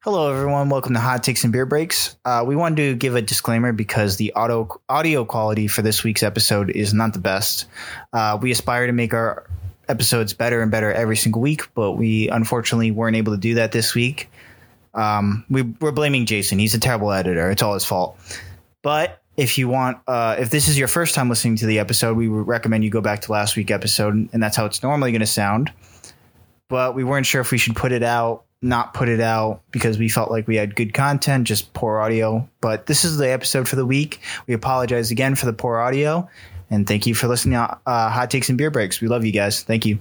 Hello, everyone. Welcome to Hot Takes and Beer Breaks. Uh, we wanted to give a disclaimer because the auto, audio quality for this week's episode is not the best. Uh, we aspire to make our episodes better and better every single week, but we unfortunately weren't able to do that this week. Um, we, we're blaming Jason. He's a terrible editor. It's all his fault. But if you want, uh, if this is your first time listening to the episode, we would recommend you go back to last week's episode, and that's how it's normally going to sound. But we weren't sure if we should put it out, not put it out, because we felt like we had good content, just poor audio. But this is the episode for the week. We apologize again for the poor audio, and thank you for listening to uh, Hot Takes and Beer Breaks. We love you guys. Thank you.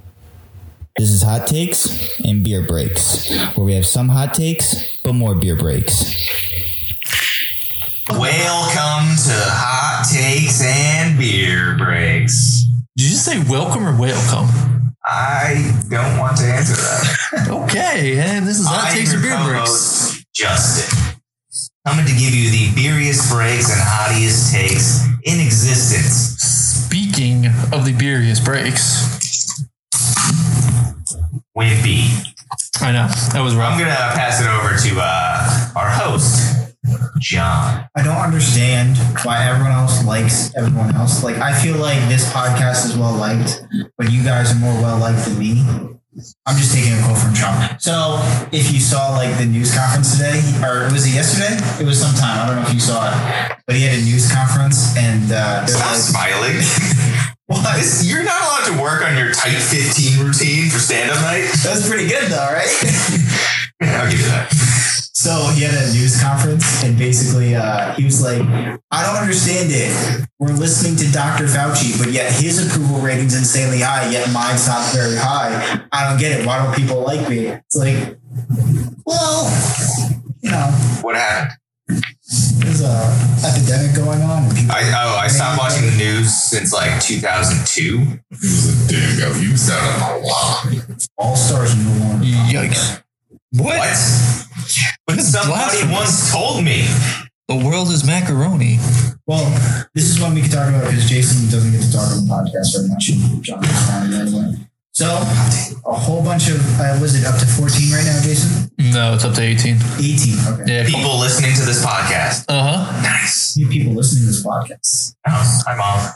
This is Hot Takes and Beer Breaks, where we have some hot takes, but more beer breaks. Welcome to Hot Takes and Beer Breaks. Did you just say welcome or welcome? I don't want to answer that. Okay, hey, this is Hot I'm Takes your and Beer Breaks. co-host, Justin. Coming to give you the beeriest breaks and hottiest takes in existence. Speaking of the beeriest breaks, Wimpy. I know that was I'm rough. going to pass it over to uh, our host, John. I don't understand why everyone else likes everyone else. Like, I feel like this podcast is well liked, but you guys are more well liked than me. I'm just taking a quote from Trump. So, if you saw like the news conference today, or was it yesterday? It was sometime. I don't know if you saw it, but he had a news conference and uh, they're Stop like, smiling. What? This- You're not allowed to work on your tight 15 routine for stand-up night. "That's pretty good, though, right?" I'll give you that. So he had a news conference and basically uh, he was like, I don't understand it. We're listening to Dr. Fauci, but yet his approval rating's insanely high, yet mine's not very high. I don't get it. Why don't people like me? It's like, well, you know, What happened? there's a epidemic going on. And people, I oh, I stopped watching the news since like 2002. He was a damn guy. He was down on a lot. all stars are no longer. Yikes! What? What? But somebody blasphemous. once told me. The world is macaroni. Well, this is one we can talk about because Jason doesn't get to talk on the podcast very much. and John is on the other one. So a whole bunch of uh, was it up to 14 right now, Jason? No, it's up to eighteen. 18. Okay. Yeah. Come- People listening to this podcast. uh huh. Nice. few people listening to this podcast. Oh, hi, mom.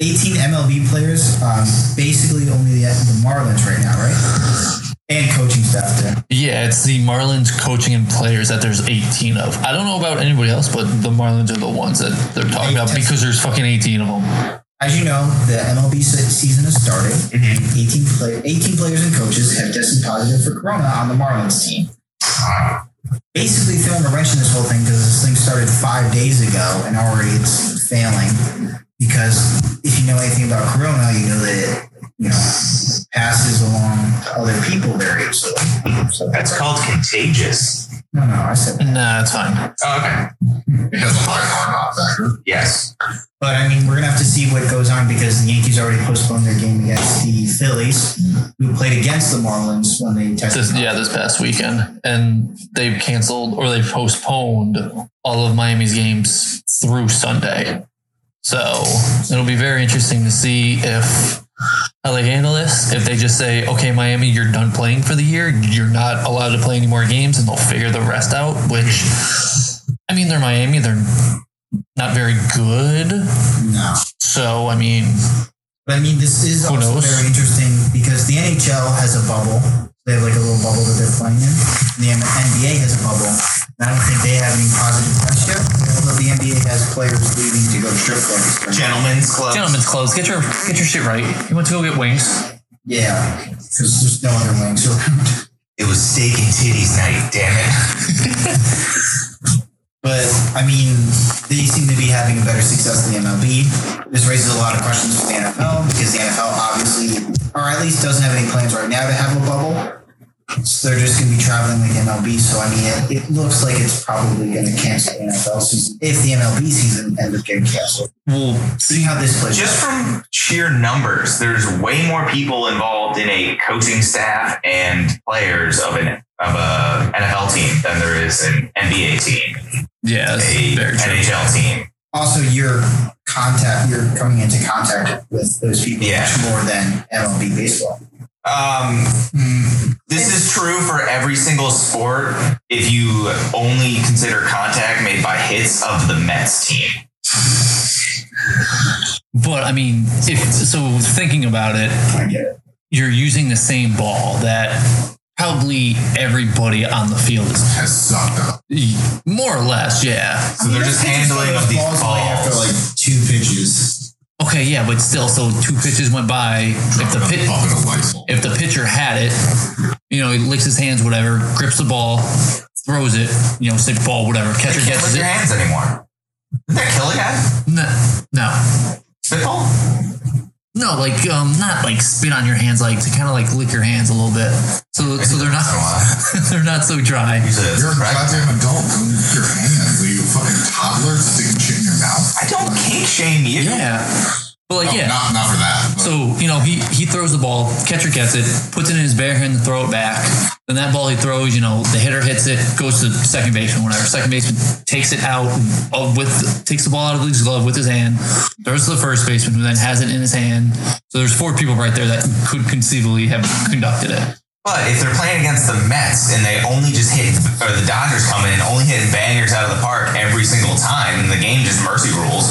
18 MLB players, um, basically only the, the Marlins right now, right? And coaching staff there. Yeah, it's the Marlins coaching and players that there's eighteen of. I don't know about anybody else, but the Marlins are the ones that they're talking about because there's fucking eighteen of them. As you know, the MLB se- season has started. Mhm. 18, play- 18 players and coaches have tested positive for corona on the Marlins team. Basically, throwing a wrench in this whole thing because this thing started five days ago and already it's failing. Because if you know anything about corona, you know that it you know passes along to other people very easily. So That's called contagious. No, no, I said. Nah, it's fine. Oh, okay. It has a high R not factor. Yes. But I mean, we're gonna have to see what goes on because the Yankees already postponed their game against the Phillies, who played against the Marlins when they tested. This, yeah, this past weekend, and they've canceled or they've postponed all of Miami's games through Sunday. So it'll be very interesting to see if LA handle this. If they just say, "Okay, Miami, you're done playing for the year. You're not allowed to play any more games," and they'll figure the rest out. Which, I mean, they're Miami. They're not very good. No, So I mean, but I mean, this is Who also knows? very interesting because the NHL has a bubble. They have like a little bubble that they're playing in. And the M- NBA has a bubble. And I don't think they have any positive tests yet. Although the NBA has players leaving to go to strip clubs. Gentlemen's club. gentlemen's clothes. Get your get your shit right. You want to go get wings? Yeah, because there's no other wings around. It was steak and titties night. Damn it. But I mean, they seem to be having a better success than the MLB. This raises a lot of questions for the NFL because the NFL obviously, or at least doesn't have any plans right now to have a bubble. So they're just going to be traveling like MLB. So I mean, it, it looks like it's probably going to cancel the NFL season if the MLB season ends up getting canceled. Well, See how this plays. Just from sheer numbers, there's way more people involved in a coaching staff and players of an of a NFL team than there is an NBA team, yeah, that's a very true. NHL team. also, your contact, you're coming into contact with those people Yeah. much more than MLB baseball. Um, this is true for every single sport if you only consider contact made by hits of the Mets team. But I mean, if so, thinking about it, I get it. you're using the same ball that probably everybody on the field is Has sucked up. more or less. Yeah. So they're just handling of these balls away after balls. like two pitches. Okay. Yeah, but still, so two pitches went by. If the pit, Fucking a light. if the pitcher had it, you know, he licks his hands, whatever, grips the ball, throws it, you know, say ball, whatever, You catcher can't gets lick your it. hands anymore. Did that kill a guy? No, no, Spitball? no, like um, not like spit on your hands, like to kind of like lick your hands a little bit, so so they're not they're not so dry. Usually that's You're a correct. goddamn adult. Don't use your hands. Are you a fucking toddler sticking shit in your mouth? I don't kink shame you. Yeah, but like No, yeah, Not, not for that. but- So you know he he throws the ball, catcher gets it, puts it in his bare hand to throw it back. Then that ball he throws, you know, the hitter hits it, goes to second baseman, whatever. Second baseman takes it out of with takes the ball out of his glove with his hand, throws to the first baseman, who then has it in his hand. So there's four people right there that could conceivably have conducted it. But if they're playing against the Mets and they only just hit, or the Dodgers come in and only hitting bangers out of the park every single time, and the game just mercy rules,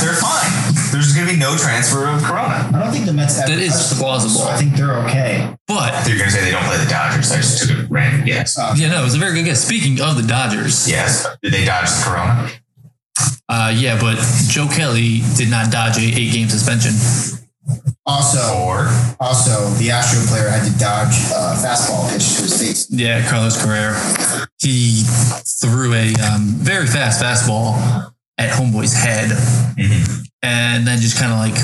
they're fine. There's going to be no transfer of Corona. I don't think the Mets ever That is touched the plausible. balls, so I think they're okay. But They're going to say they don't play the Dodgers. I just took a random guess. yeah, no, it was a very good guess. Speaking of the Dodgers, Yes. Did they dodge the Corona? uh, yeah, but Joe Kelly did not dodge a eight game suspension. Also, Or also the Astro player had to dodge a fastball pitch to his face. Yeah, Carlos Carrera. He threw a um, very fast fastball at Homeboy's head and then just kind of like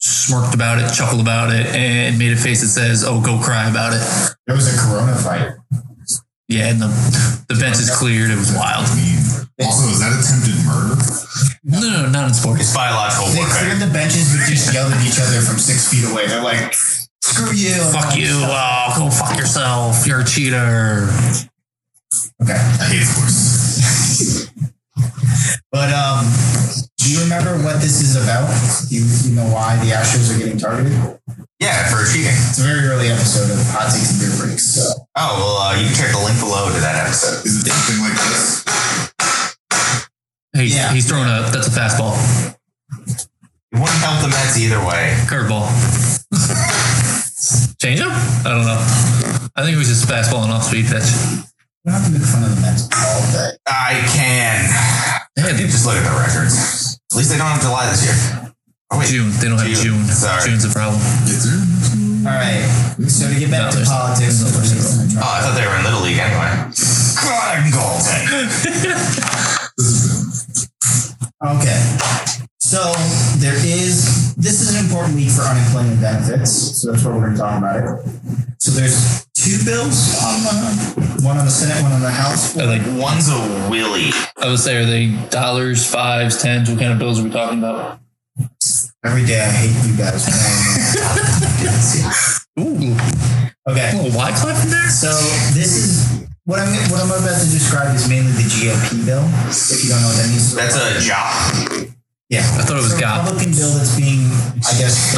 smirked about it, chuckled about it, and made a face that says, Oh, go cry about it. There was a Corona fight. Yeah, and the, the bench is cleared. It was wild. I mean, also, is that attempted murder? No, no, no, not in sports. it's biological They warfare. cleared the benches, but just yelled at each other from six feet away. They're like, "Screw you!" Fuck you. Oh, go fuck yourself. You're a cheater. Okay, I hate sports. but um, do you remember what this is about? Do you, you know why the Astros are getting targeted? Yeah, for cheating. It's a very early episode of Hot Takes and Beer Breaks. So Oh, well, uh, you can check the link below to that episode. Is it something like this? He's, Yeah. he's throwing a, that's a fastball, It wouldn't help the Mets either way. curveball. Change up? I don't know. I think it was just fastball and off speed pitch. we don't have to make fun of the Mets all day. I can. Man, You just look at the records. At least they don't have July this year. Oh, wait. June. They don't have June. June. Sorry. June's a problem. Is there? All right. So to get No, back to there's- politics, there's no which is- Oh, I thought they were in Little League anyway. God, I'm golden. okay. So there is. This is an important week for unemployment benefits. So that's what we're going to talk about it. So there's two bills on the one on the Senate, one on the House. I like. One's a Willie. I would say, are they dollars, fives, tens? What kind of bills are we talking about? Every day I hate you guys. Ooh, a okay. little wide clap in there. So this is what I'm what I'm about to describe is mainly the GOP bill. If you don't know what that means, That's a job. yeah. I thought it was It's a God. Republican bill that's being, I guess,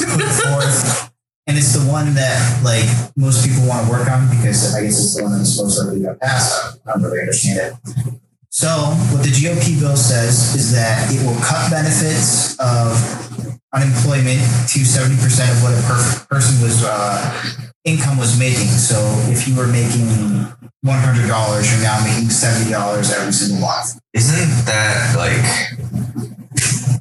put forth, and it's the one that like most people want to work on because I guess it's the one that's most likely to pass. I don't really understand it. So, what the GOP bill says is that it will cut benefits of unemployment to 70% of what a per- person was uh, income was making. So, if you were making $100, you're now making $70 every single month. Isn't that like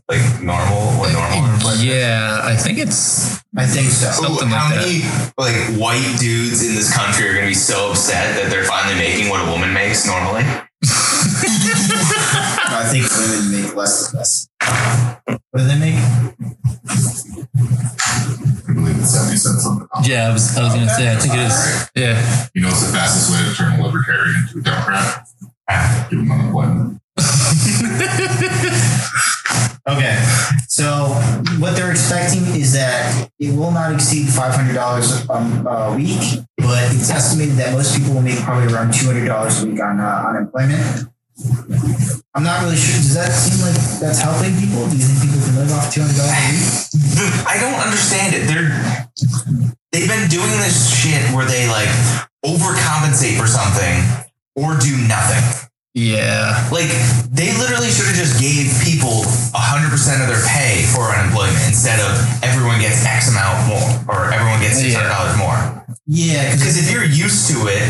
like normal? What normal? Yeah, I think it's. I think so. Ooh, Something how like that. many like white dudes in this country are going to be so upset that they're finally making what a woman makes normally? I think women make less than this. What do they make? I believe it's 70 cents on the dollar. Yeah, I was. I was gonna say. I think it is. Yeah. You know, it's the fastest way to turn a libertarian into a Democrat. Give him unemployment. Okay. So what they're expecting is that it will not exceed five hundred dollars um, a week, but it's estimated that most people will make probably around two hundred dollars a week on uh, unemployment. I'm not really sure. Does that seem like that's helping people? Do you think people can live off two hundred dollars a week? I don't understand it. They're They've been doing this shit where they like overcompensate for something or do nothing. Yeah. Like they literally should have just gave people 100% of their pay for unemployment instead of everyone gets X amount more or everyone gets $600 more. Yeah, Because if you're used to it,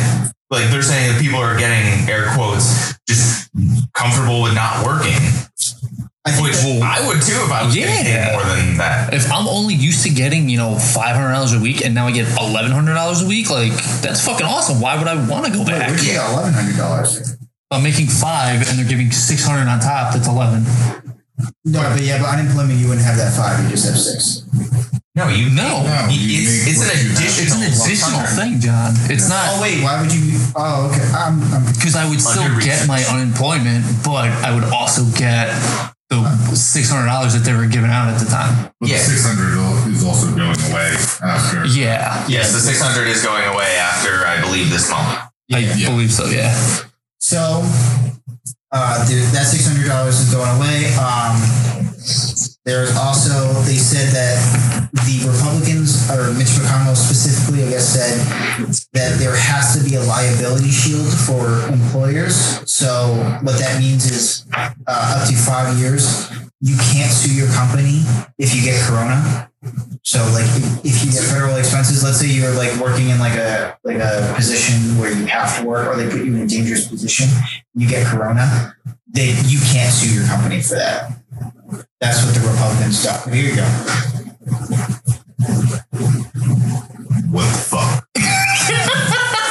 like they're saying that people are getting air quotes just comfortable with not working, I think which that- I would too if I was getting paid Yeah. more than that. If I'm only used to getting, you know, five hundred dollars a week and now I get eleven hundred dollars a week, like that's fucking awesome. Why would I want to go back? Wait, we get eleven hundred dollars. I'm making five and they're giving six hundred on top, that's eleven. No, but yeah, but unemployment you wouldn't have that five. You just have six. No, you No. No, you it's, it's an make what you have. additional, It's an additional thing, John. It's Oh not wait, why would you? Oh okay, I'm, I'm because I would still get my unemployment, but I would also get the six hundred dollars that they were giving out at the time. But Yeah. the 600 al- is also going away after. Yeah, Yes, the 600 is going away after I believe this month. I believe so. Yeah. so. Uh, the, that six hundred dollars is going away. Um, there's also they said that the Republicans or Mitch McConnell specifically, I guess, said that there has to be a liability shield for employers. So what that means is uh, up to five years, you can't sue your company if you get corona. So like if- if you get federal expenses, let's say you're like working in like a like a position where you have to work or they put you in a dangerous position, you get corona, they you can't sue your company for that. That's what the Republicans do. Here you go. What the fuck?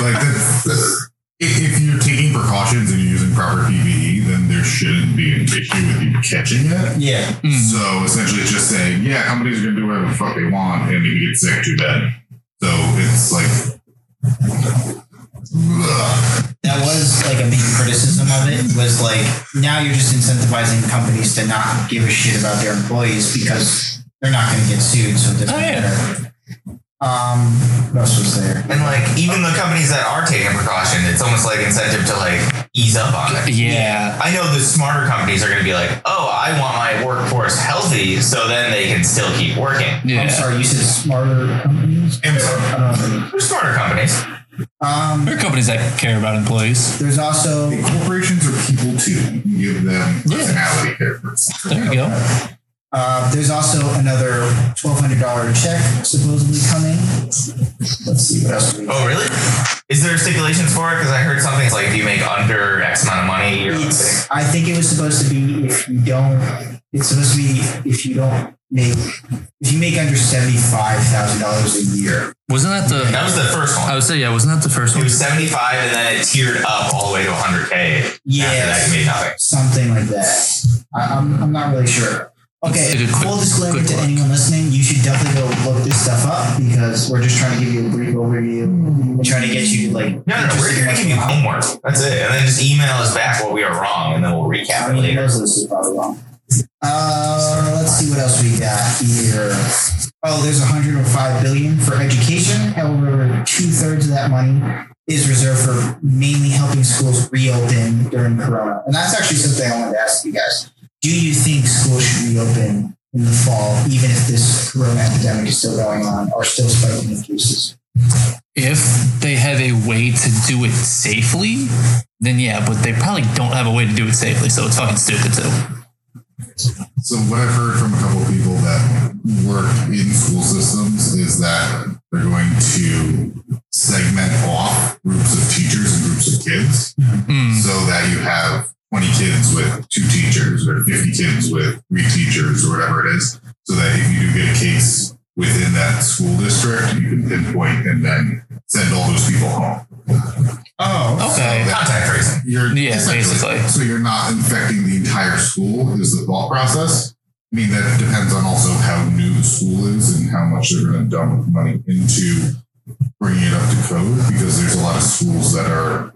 like, that's, that's- if, if you're taking precautions and you're using proper PPE, then there shouldn't be an issue with you catching it. Yeah. So essentially, it's just saying, yeah, companies are going to do whatever the fuck they want, and if you get sick, too bad. So it's like. Ugh. That was like a main criticism of it was like now you're just incentivizing companies to not give a shit about their employees because they're not going to get sued. So it doesn't Oh, yeah. matter. Um, what else was there? And like even the companies that are taking precaution, it's almost like incentive to like ease up on it. Yeah. I know the smarter companies are going to be like, oh, I want my workforce healthy, so then they can still keep working. Yeah. I'm sorry, you said smarter companies. Amazon. Um, They're smarter companies. um, There are companies that care about employees. there's also Corporations are people too. You give them personality characters. There you go. uh, there's also another twelve hundred dollar check supposedly coming. Let's see what else. We Oh, really? Is there stipulations for it? Because I heard something like if you make under X amount of money, you're It's, I think it was supposed to be if you don't. It's supposed to be if you don't make if you make under seventy five thousand dollars a year. Wasn't that the? That was the first I one. would say yeah. Wasn't that the first It one? was 75 and then it tiered up all the way to 100K. After that, you Yeah, made nothing. something like that. I, I'm I'm not really sure. Okay, Let's take a quick- full disclaimer quick to look. anyone listening: you should definitely go look this stuff up because we're just trying to give you a brief overview and trying to get you like. No, no, no. We're interested here to give you in what's going on. homework. That's it. And then just email us back what we are wrong and then we'll recap I it mean, he later. knows this is probably wrong. Uh, let's see what else we got here. Oh, there's 105 billion for education. However, two thirds of that money is reserved for mainly helping schools reopen during Corona. And that's actually something I wanted to ask you guys. Do you think schools should reopen in the fall, even if this Corona epidemic is still going on or still spiking in cases? If they have a way to do it safely, then yeah. But they probably don't have a way to do it safely, so it's fucking stupid too. So what I've heard from a couple of people that work in school systems is that they're going to segment off groups of teachers and groups of kids Mm. so that you have 20 kids with two teachers or 50 kids with three teachers or whatever it is. So that if you do get a case within that school district, you can pinpoint and then send all those people home. Oh, Okay. Contact tracing. You're Yeah, essentially- basically. So you're not infecting the entire school is the thought process. I mean that depends on also how new the school is and how much they're going to dump money into bringing it up to code because there's a lot of schools that are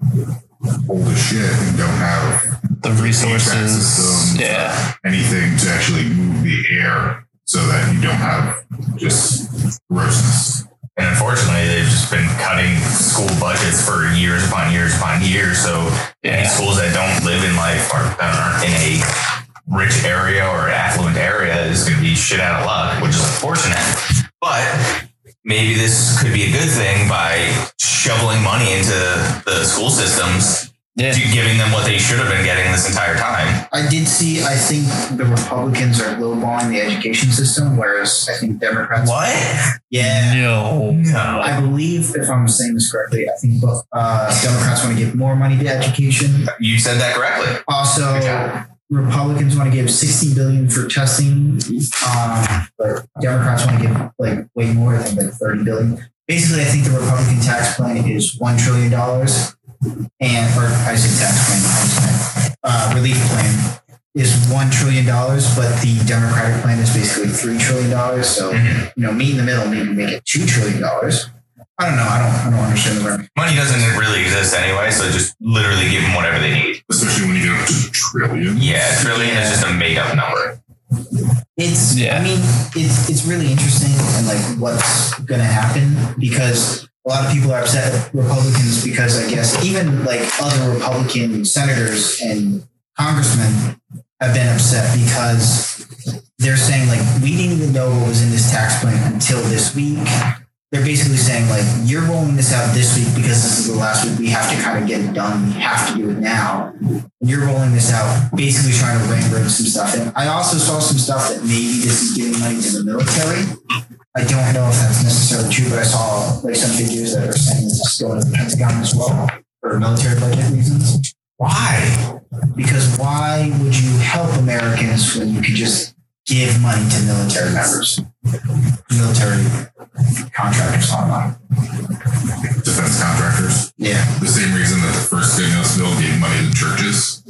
old as shit and don't have The HVAC resources. systems, Yeah. anything to actually move the air so that you don't have just grossness. And unfortunately, they've just been cutting school budgets for years upon years upon years. So any Yeah. schools that don't live in like or that aren't in a rich area or affluent area is going to be shit out of luck, which is unfortunate. But maybe this could be a good thing by shoveling money into the school systems, Yeah. to giving them what they should have been getting this entire time. I did see. I think the Republicans are lowballing the education system, whereas I think Democrats. What? Yeah. No. No. I believe, if I'm saying this correctly, I think both uh, Democrats want to give more money to education. You said that correctly. Also, Republicans want to give 60 billion for testing, um, but Democrats want to give like way more. I think like 30 billion. Basically, I think the Republican tax plan is one trillion dollars, and or I say tax plan, I just meant, uh, relief plan is one trillion dollars, but the Democratic plan is basically three trillion dollars. So Mhm. you know, meet in the middle, maybe make it two trillion dollars. I don't know. I don't. I don't understand the word. Money doesn't really exist anyway, so just literally give them whatever they need. especially when you get up to trillion. Yeah, trillion is just a made up number. It's. Yeah. I mean, it's it's really interesting and like what's going to happen because a lot of people are upset at Republicans because I guess even like other Republican senators and congressmen have been upset because they're saying like we didn't even know what was in this tax plan until this week. They're basically saying like you're rolling this out this week because this is the last week we have to kind of get it done. We have to do it now. And you're rolling this out, basically trying to ring road some stuff. And I also saw some stuff that maybe this is giving money to the military. I don't know if that's necessarily true, but I saw like some videos that are saying this is going to the Pentagon as well for military budget reasons. Why? Because why would you help Americans when you could just give money to military members, military contractors online? Defense contractors. Yeah. The same reason that the first stimulus bill gave money to churches.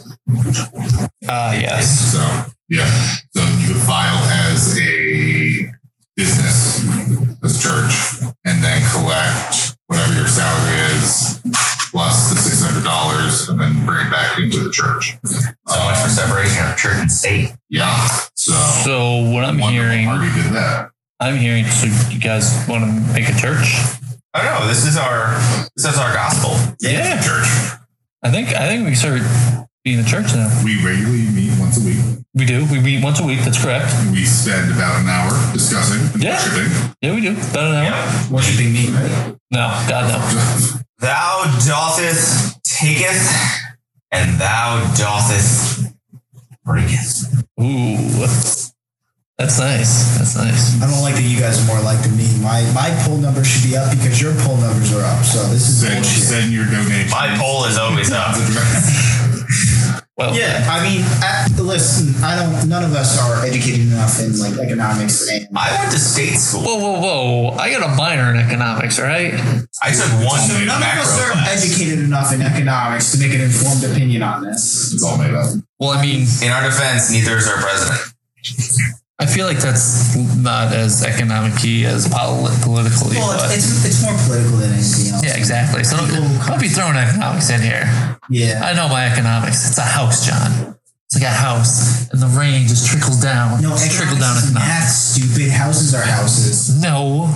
Ah, yes. So yeah. So you could file as a business, as church, and then collect whatever your salary is plus the six hundred dollars and then bring it back into the church. So much for separation of church and state. Yeah. So So what I'm one hearing, party did that. I'm hearing. So you guys want to make a church? I don't know. This is our this is our gospel. Yeah. Church. I think. I think we can start being a church now. We regularly meet once a week. We do. We meet once a week. That's correct. We spend about an hour discussing and Yeah. worshiping. Yeah, we do. About an hour. Yep. Worshipping me, right? No, God no. Thou dothest taketh, and thou dotheth breaketh. Ooh, that's nice. That's nice. I don't like that you guys are more like than me. My my poll number should be up because your poll numbers are up. So this is Send, bullshit. send your donation. My poll is always up. Well, Yeah, I mean, I, listen, I don't. None of us are educated enough in like economics and I went to state school. Whoa, whoa, whoa! I got a minor in economics. All right. I took one So none of none of macro us are class. educated enough in economics to make an informed opinion on this. It's all made up. Well, I mean, In our defense, neither is our president. I feel like that's not as economic-y as pol- politically. Well, but- it's, it's it's more political than anything else. yeah, exactly. So don't, don't be throwing economics in here. Yeah. I know my economics. It's a house, John. It's like a house, and the rain just trickles down. No, It's trickle down economics is economics. math. Stupid houses are houses. No.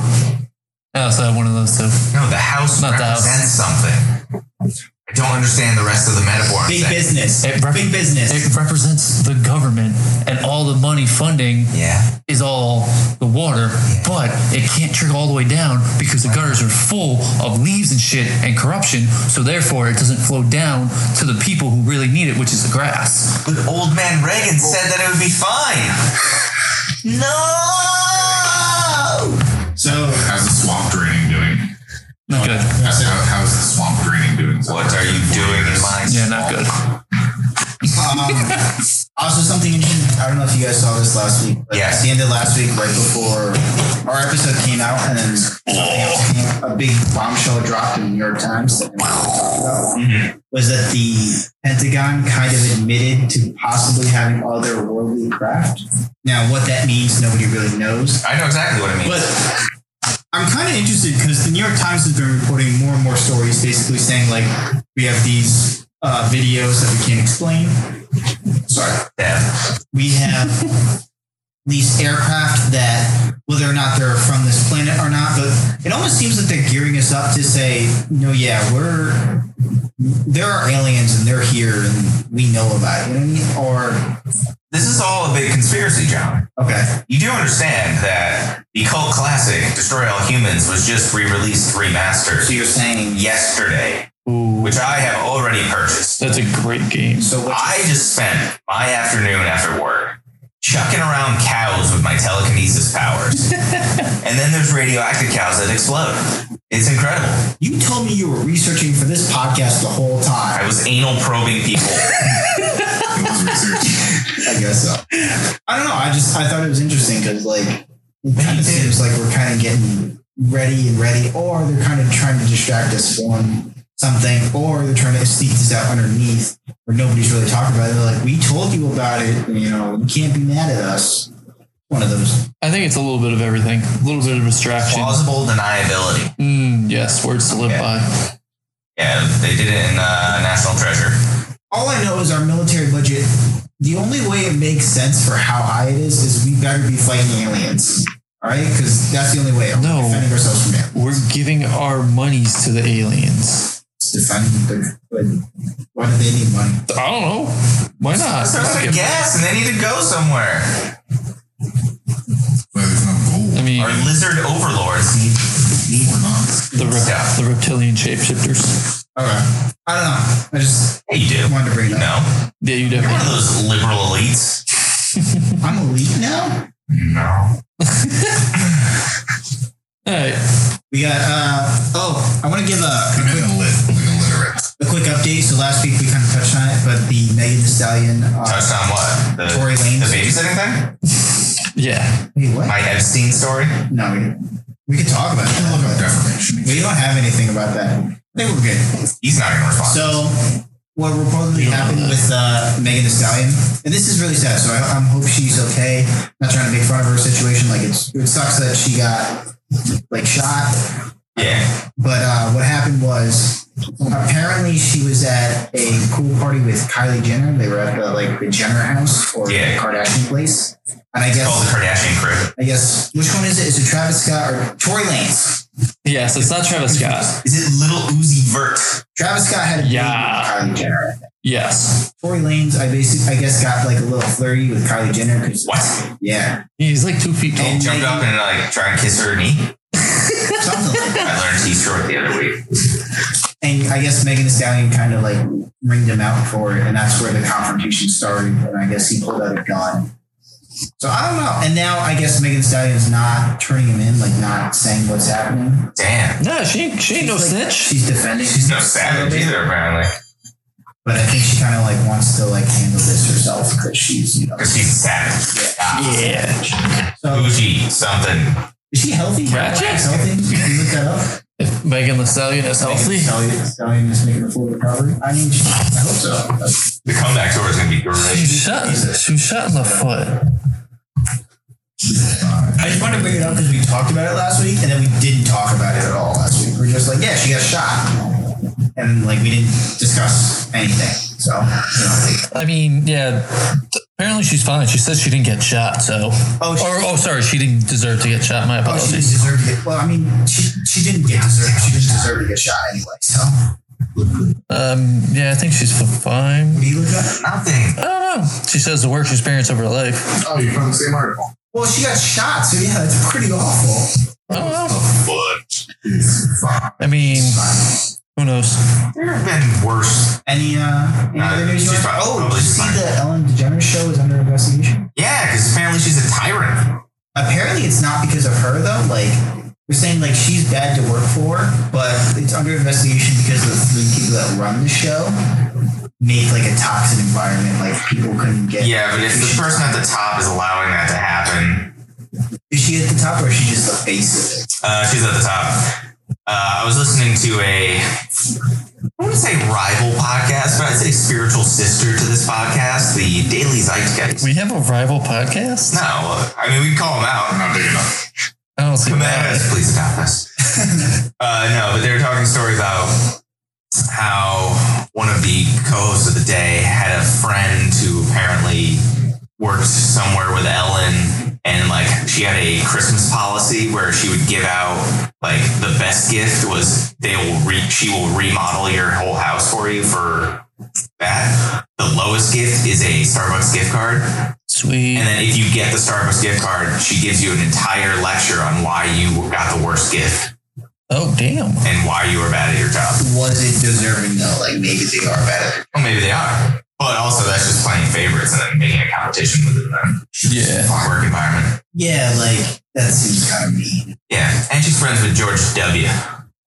Oh, so one of those two. No, the House Not the House. represents something. I don't understand the rest of the metaphor. I'm Big saying. business. It rep- Big business. It represents the government, and all the money funding Yeah. is all the water, but it can't trickle all the way down because the gutters are full of leaves and shit and corruption. So therefore, it doesn't flow down to the people who really need it, which is the grass. But old man Reagan said that it would be fine. No! so How's the swamp draining doing? Not good. How's, how- how's the swamp draining doing? So What are you doing in my Yeah, not good. Um, also, something interesting. I don't know if you guys saw this last week. But Yes. At the end of last week, right before our episode came out, and then something else came, a big bombshell dropped in the New York Times that was that the Pentagon kind of admitted to possibly having otherworldly craft. Now, what that means, nobody really knows. I know exactly what I mean. But I'm kind of interested because the New York Times has been reporting more and more stories, basically saying like we have these uh, videos that we can't explain. Sorry Yeah. we have these aircraft that whether or not they're from this planet or not but it almost seems that they're gearing us up to say no yeah we're there are aliens and they're here and we know about it you know what I mean? or This is all a big conspiracy, John. Okay. You do understand that the cult classic Destroy All Humans was just re-released remastered So you're saying yesterday, which I have already purchased. That's a great game. So what? I just spent my afternoon after work chucking around cows with my telekinesis powers. and then there's radioactive cows that explode. It's incredible. You told me you were researching for this podcast the whole I time. was anal probing people. It was research. I guess so. I don't know. I just I thought it was interesting because like it kind you did. of seems like we're kind of getting ready and ready, or they're kind of trying to distract us from something, or they're trying to sneak this out underneath where nobody's really talking about it. They're like, we told you about it. You know, you can't be mad at us. One of those. I think it's a little bit of everything, a little bit of distraction. Plausible deniability. Mm, yes, words to live Yeah. by. Yeah, they did it in uh, National Treasure. all I know is our military budget. The only way it makes sense for how high it is is we better be fighting aliens. All right, because that's the only way. We're No. defending ourselves from aliens. We're giving our monies to the aliens. Defend the good. Why do they need money? I don't know. Why not? There's some gas and they need to go somewhere. But there's no gold. I mean, Our lizard overlords need, need or not. the, Yeah. rep- the reptilian shapeshifters. Okay, I don't know. I just Yeah, you do. wanted to bring it up. No. Yeah, you You're one of definitely. those liberal elites. I'm elite now. No. All right. We got. uh Oh, I want to give a, I'm an illit- like illiterate. a quick update. So last week we kind of touched on it, but the Megan Thee Stallion, uh, Touched on what? The, Tory the Lanez. babysitting thing? Yeah. Wait, what? My Epstein story? No, we we could talk about I look up it. defamation. We don't have anything about that. I think we're good. He's not going to respond. So, what You reportedly don't happened know that. with uh, Megan Thee Stallion, and this is really sad. So I, I hope she's okay. not trying to make fun of her situation. Like it's, it sucks that she got like shot. yeah. But uh, what happened was apparently she was at a pool party with Kylie Jenner. They were at the like the Jenner house or Yeah. the Kardashian place. And I Called the guess Kardashian crew. I guess which one is it? Is it Travis Scott or Tory Lanez? Yeah, so it's not Travis Scott. Is it Little Uzi Vert? Travis Scott had a baby Yeah. with Kylie Jenner. Yes. Tory Lanez, I basically, I guess, got like a little flirty with Kylie Jenner because, What? yeah, He's like two feet tall. And- Jumped up and like tried to kiss her knee. something like that. I learned he's short the other week. And I guess Megan Thee Stallion kind of like ringed him out for it, and that's where the confrontation started. And I guess he pulled out a gun. So I don't know. And now I guess Megan Thee Stallion's not turning him in, like not saying what's happening. Damn. No, she ain't, she ain't no She's, like, snitch. She's defending. She's no savage him. either, apparently. But I think she kind of like wants to like handle this herself because she's you know. Because she's a savage. Ah. Yeah. So Bougie something. is she healthy? Ratchet? Healthy? Can you look that up? If Megan Thee Stallion is healthy, Stallion, Stallion is making a full recovery. I mean, I hope so. The comeback tour is going to be she great. was shot. She was shot in the foot. I just wanted to bring it up because we talked about it last week, and then we didn't talk about it at all last week. We are just like, yeah, she got shot, and like we didn't discuss anything. So, you know, I mean, yeah. Apparently she's fine. She says she didn't get shot, so. Oh, she- or, oh, sorry, she didn't deserve to get shot. My oh, she apologies. didn't deserve to get. Well, I mean, she she didn't get deserved. She didn't deserve to get shot anyway. So, um, yeah, I think she's f- fine. what do you look at? Nothing. I don't know. She says the worst experience of her life. Oh, you found the same article. Well, she got shot, so yeah, that's pretty awful. I don't know. But it's fine. I mean, who knows? There have been worse. Any uh, any Nah, other news? You she's want- fine. Oh, did Probably you she's see fine. the Ellen DeGeneres show is under investigation? Yeah, because apparently she's a tyrant. Apparently, it's not because of her though. Like we're saying, like she's bad to work for, but it's under investigation because the three people that run the show make like a toxic environment. Like people couldn't get. Yeah, but if the person at the top is allowing that to happen, Is she at the top or is she just the face of it? uh, she's at the top. Uh, I was listening to a, I wouldn't say rival podcast, but I'd say spiritual sister to this podcast, the Daily Zeitgeist. We have a rival podcast? no, I mean, we call them out. I'm not big enough. I don't see Commanders, that. please stop us. uh, no, but they were talking stories about how one of the co-hosts of the day had a friend who apparently worked somewhere with Ellen, and like she had a Christmas policy where she would give out like the best gift was they will re- she will remodel your whole house for you for that. The lowest gift is a Starbucks gift card. Sweet. And then if you get the Starbucks gift card, she gives you an entire lecture on why you got the worst gift Oh, damn. and why you were bad at your job. Was it deserving though? Like maybe they are better. Well, maybe they are. But also, that's just playing favorites and then making a competition within them. Yeah. Work environment. Yeah, like that seems kind of mean. Yeah. And she's friends with George W.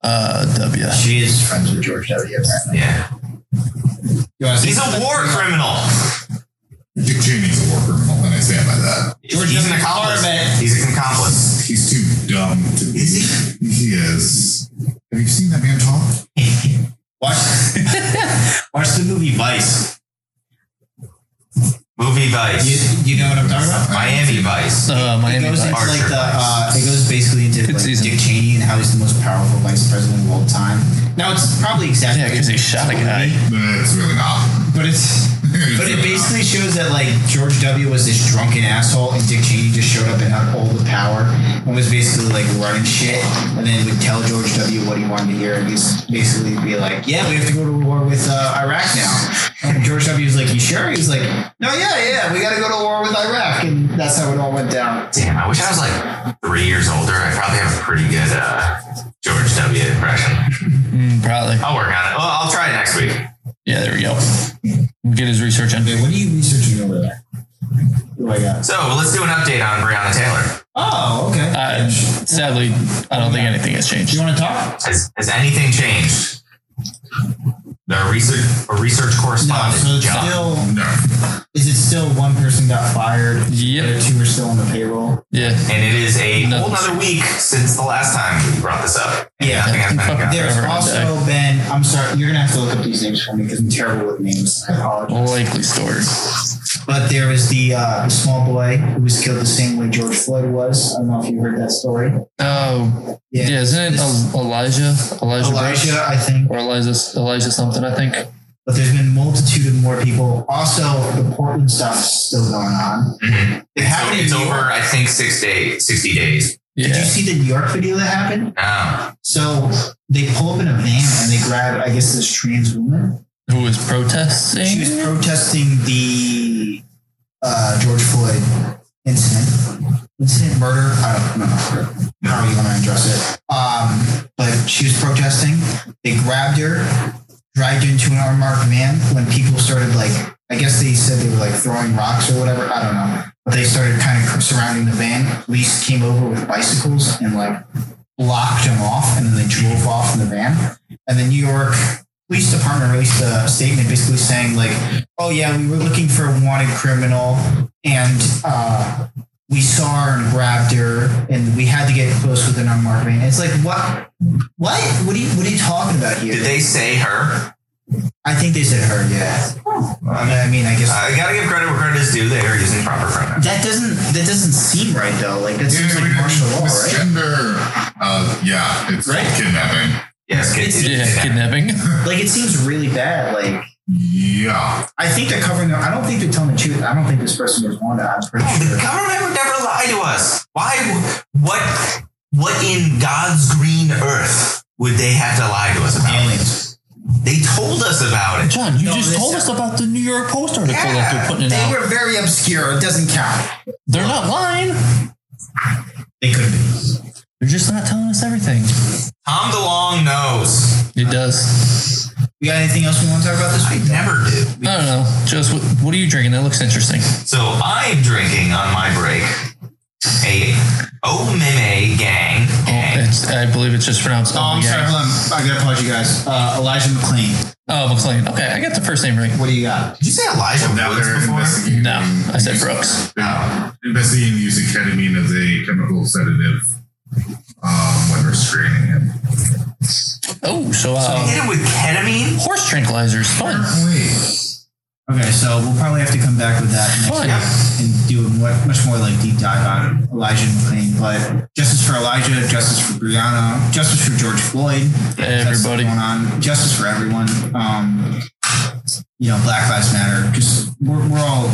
Uh, W. She is friends with George W. Apparently. Yeah. You wanna see- He's a war criminal. Dick Cheney's a war criminal, and I stand by that. He's an accomplice. He's an accomplice. He's too dumb to be. Is he? He is. Have you seen that man talk? Watch, watch the movie Vice. Movie You, Vice. you know what I'm talking about? Miami Vice. Uh, It Miami goes into Vice. Archer like the Vice. uh, it goes basically into Good like season. Dick Cheney and how he's the most powerful vice president of all time. Now it's probably exactly Yeah, because he shot a guy. That's really not. but it's but it basically shows that like George W was this drunken asshole and Dick Cheney just showed up and had all the power and was basically like running shit and then would tell George W what he wanted to hear and he's basically be like, yeah, we have to go to war with uh, Iraq now. And George W was like, you sure? He was like, no, yeah, yeah, we got to go to war with Iraq, and that's how it all went down. Damn, I wish I was like three years older. I probably have a pretty good uh, George W. impression. Mm, probably. I'll work on it. Well, I'll try it next week. Yeah, there we go. We'll get his research on. what are you researching over there? What do I got? So let's do an update on Breonna Taylor. Oh, okay. Uh, sadly, I don't think anything has Do changed. you want to talk? Has, has anything changed? The research, a research correspondent, so it's John. still No. is it still one person got fired? Yep. The other two are still on the payroll. Yeah. and it is a No. whole nother week since the last time we brought this up. And Yeah. nothing has been done. There's Trevor also been I'm sorry, you're gonna have to look up these names for me because I'm terrible with names. I apologize. Likely story. But there was the uh, small boy who was killed the same way George Floyd was. I don't know if you heard that story. Oh, yeah. isn't it El- Elijah? Elijah. Brush? Elijah, I think. Or Elijah, Elijah something, I think. but there's been multitude of more people. Also, the Portland stuff is still going on. It Mm-hmm. So happened in it's New York. over, I think, six days, 60 days. Um, Did you Yeah. see the New York video that happened? No. So they pull up in a van and they grab, I guess, this trans woman. Who was She was protesting? protesting the uh, George Floyd incident. Incident, murder? I don't know. How are you going to address it? Um, but she was protesting. They grabbed her, dragged her into an unmarked van when people started, like, I guess they said they were like throwing rocks or whatever. I don't know. But they started kind of surrounding the van. Police came over with bicycles and, like, blocked them off and then they drove off in the van. And the New York police department released a statement basically saying, like, oh, yeah, we were looking for a wanted criminal and uh, we saw her and grabbed her and we had to get close with an unmarked van. It's like, what? What? What are you, what are you talking about here? Did they say her? I think they said her, yeah. I mean, I, mean, I guess. I gotta give credit where credit is due. They are using proper pronouns. Uh, that doesn't that doesn't seem right though. Like that seems like martial law, right? Misgender. Uh, yeah, it's Right? kidnapping. Yes, kid- Yeah, kidnapping. Like it seems really bad. Like Yeah. I think they're covering their. I don't think they're telling the truth. I don't think this person was wanted. I'm pretty The sure. government would never lie to us. Why? What? What in God's green earth would they have to lie to us about? Aliens. They told us about it. John, you No, just this- told us about the New York Post article that they're putting it They out. were very obscure. It doesn't count. they're not lying. They could be. They're just not telling us everything. Tom DeLong knows. It does. We got anything else we want to talk about this I week? never do. I don't know. Just what, what are you drinking? That looks interesting. So I'm drinking on my break a Omime oh, gang. gang. Oh, It's, I believe it's just pronounced. Oh, I'm Omega. sorry. Hold on. I gotta pause you guys. Uh, Elijah McLean. Oh, McLean. Okay, I got the first name right. What do you got? Did you say Elijah Now Woods they're before? investigating. No, I said Brooks. They're Investigating the use of ketamine as a chemical sedative um, when restraining him. Oh, so They uh, Hit it with ketamine. horse tranquilizers. Fun. Wait. Okay, so we'll probably have to come back with that next Fun. and do a more, much more like deep dive on Elijah McClain. But justice for Elijah, justice for Brianna, justice for George Floyd. That's still Everybody. going on. Justice for everyone. Um, you know, Black Lives Matter. Just we're, we're all.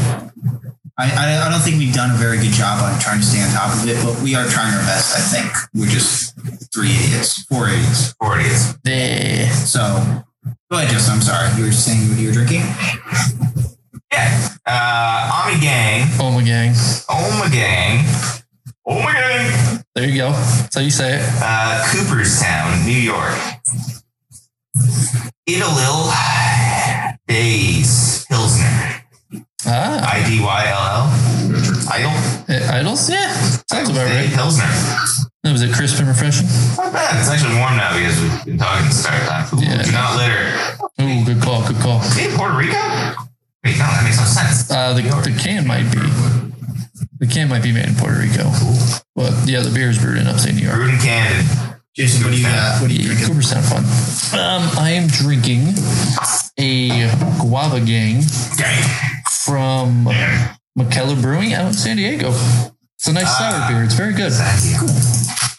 I, I, I don't think we've done a very good job on trying to stay on top of it, but we are trying our best. I think we're just three idiots, four idiots. Or it is. Yeah. So go ahead, Justin. I'm sorry. You were saying what you were drinking. Yeah. Uh, Uh, Ami Gang, Oh my gang. Oma Gang, Oma Gang, There you go. That's how you say it. uh, Cooperstown, New York. Idalil Days Pilsner. Ah, I D Y L L. Idle. it idles. Yeah, sounds about Day right. Pilsner. That was it crisp and refreshing. Not bad. It's actually warm now because we've been talking this entire time. Ooh, Yeah. Do not litter. Ooh, good call. Good call. Hey, Puerto Rico? Wait, no, that makes no sense. Uh, the, the can might be. The can might be made in Puerto Rico, but yeah, the beer is brewed in upstate New York. Brewed and canned. Jason, what do you got? What do you Yeah, drinking? Cooperstown fun. Um, I am drinking a guava gang Dang. from McKellar Brewing out in San Diego. It's a nice sour beer. It's very good.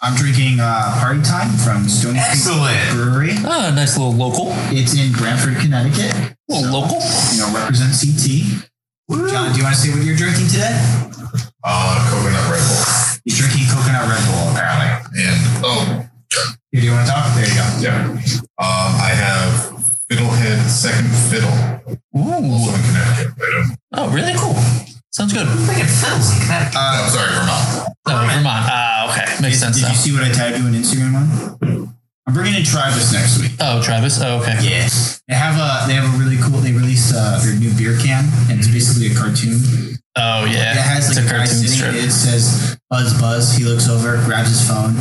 I'm drinking uh, Party Time from Stony Creek Excellent. Brewery. Ah, nice little local. It's in Brantford, Connecticut. Little So, local. You know, represent CT. John, do you want to say what you're drinking today? Uh, coconut Red Bull. He's drinking coconut Red Bull, apparently. And, oh, Here, do you want to talk? There you go. yeah. Um, I have Fiddlehead Second Fiddle, also Ooh. in Connecticut. I don't, Oh, really cool. Sounds good. Look at Phil's in Connecticut. no, Uh, sorry, Vermont. Oh, Vermont. Ah, okay. Makes sense did now. you see what I tagged you on Instagram on? I'm bringing in Travis next week. Oh, Travis. Oh, okay. Yeah. They have a they have a really cool. They released uh, their new beer can, and it's basically a cartoon. Oh, yeah. It has it's like a guy cartoon sitting. strip. It says Buzz Buzz. He looks over, grabs his phone,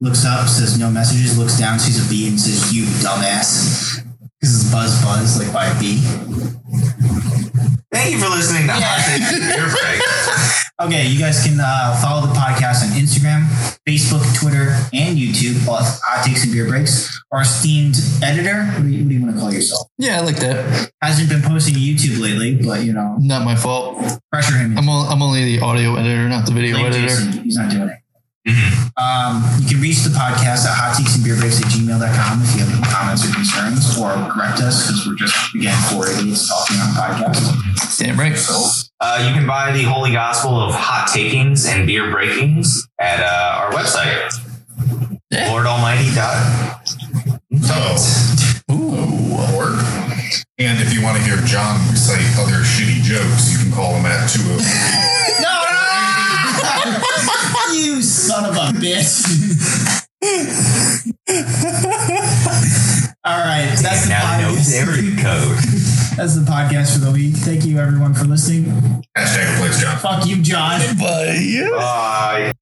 looks up, says no messages, looks down, sees a bee, and says you dumbass. Because it's Buzz Buzz, like by a bee. Thank you for listening to Hot Take Beer Break. Okay, you guys can uh, follow the podcast on Instagram, Facebook, Twitter, and YouTube, plus Hot Takes and Beer Breaks. Our esteemed editor, what do you, what do you want to call yourself? Yeah, I like that. Hasn't been posting to YouTube lately, but you know, Not my fault. pressure him. I'm, ol- I'm only the audio editor, not the video Blame editor. Jason. He's not doing it. Mm-hmm. Um, you can reach the podcast at hottakesandbeerbreaks at gmail.com if you have any comments or concerns or correct us because we're just, again, four idiots talking on podcasts. Damn right. Uh, you can buy the Holy Gospel of Hot Takings and Beer Breakings at uh, our website. Yeah. LordAlmighty.net. So, Ooh. Lord. And if you want to hear John recite other shitty jokes, you can call him at oh, 203 You son of a bitch. All right. That's the, Now he knows podcast. area code. that's the podcast for the week. Thank you, everyone, for listening. Hashtag replace John. Fuck you, John. Bye. Bye.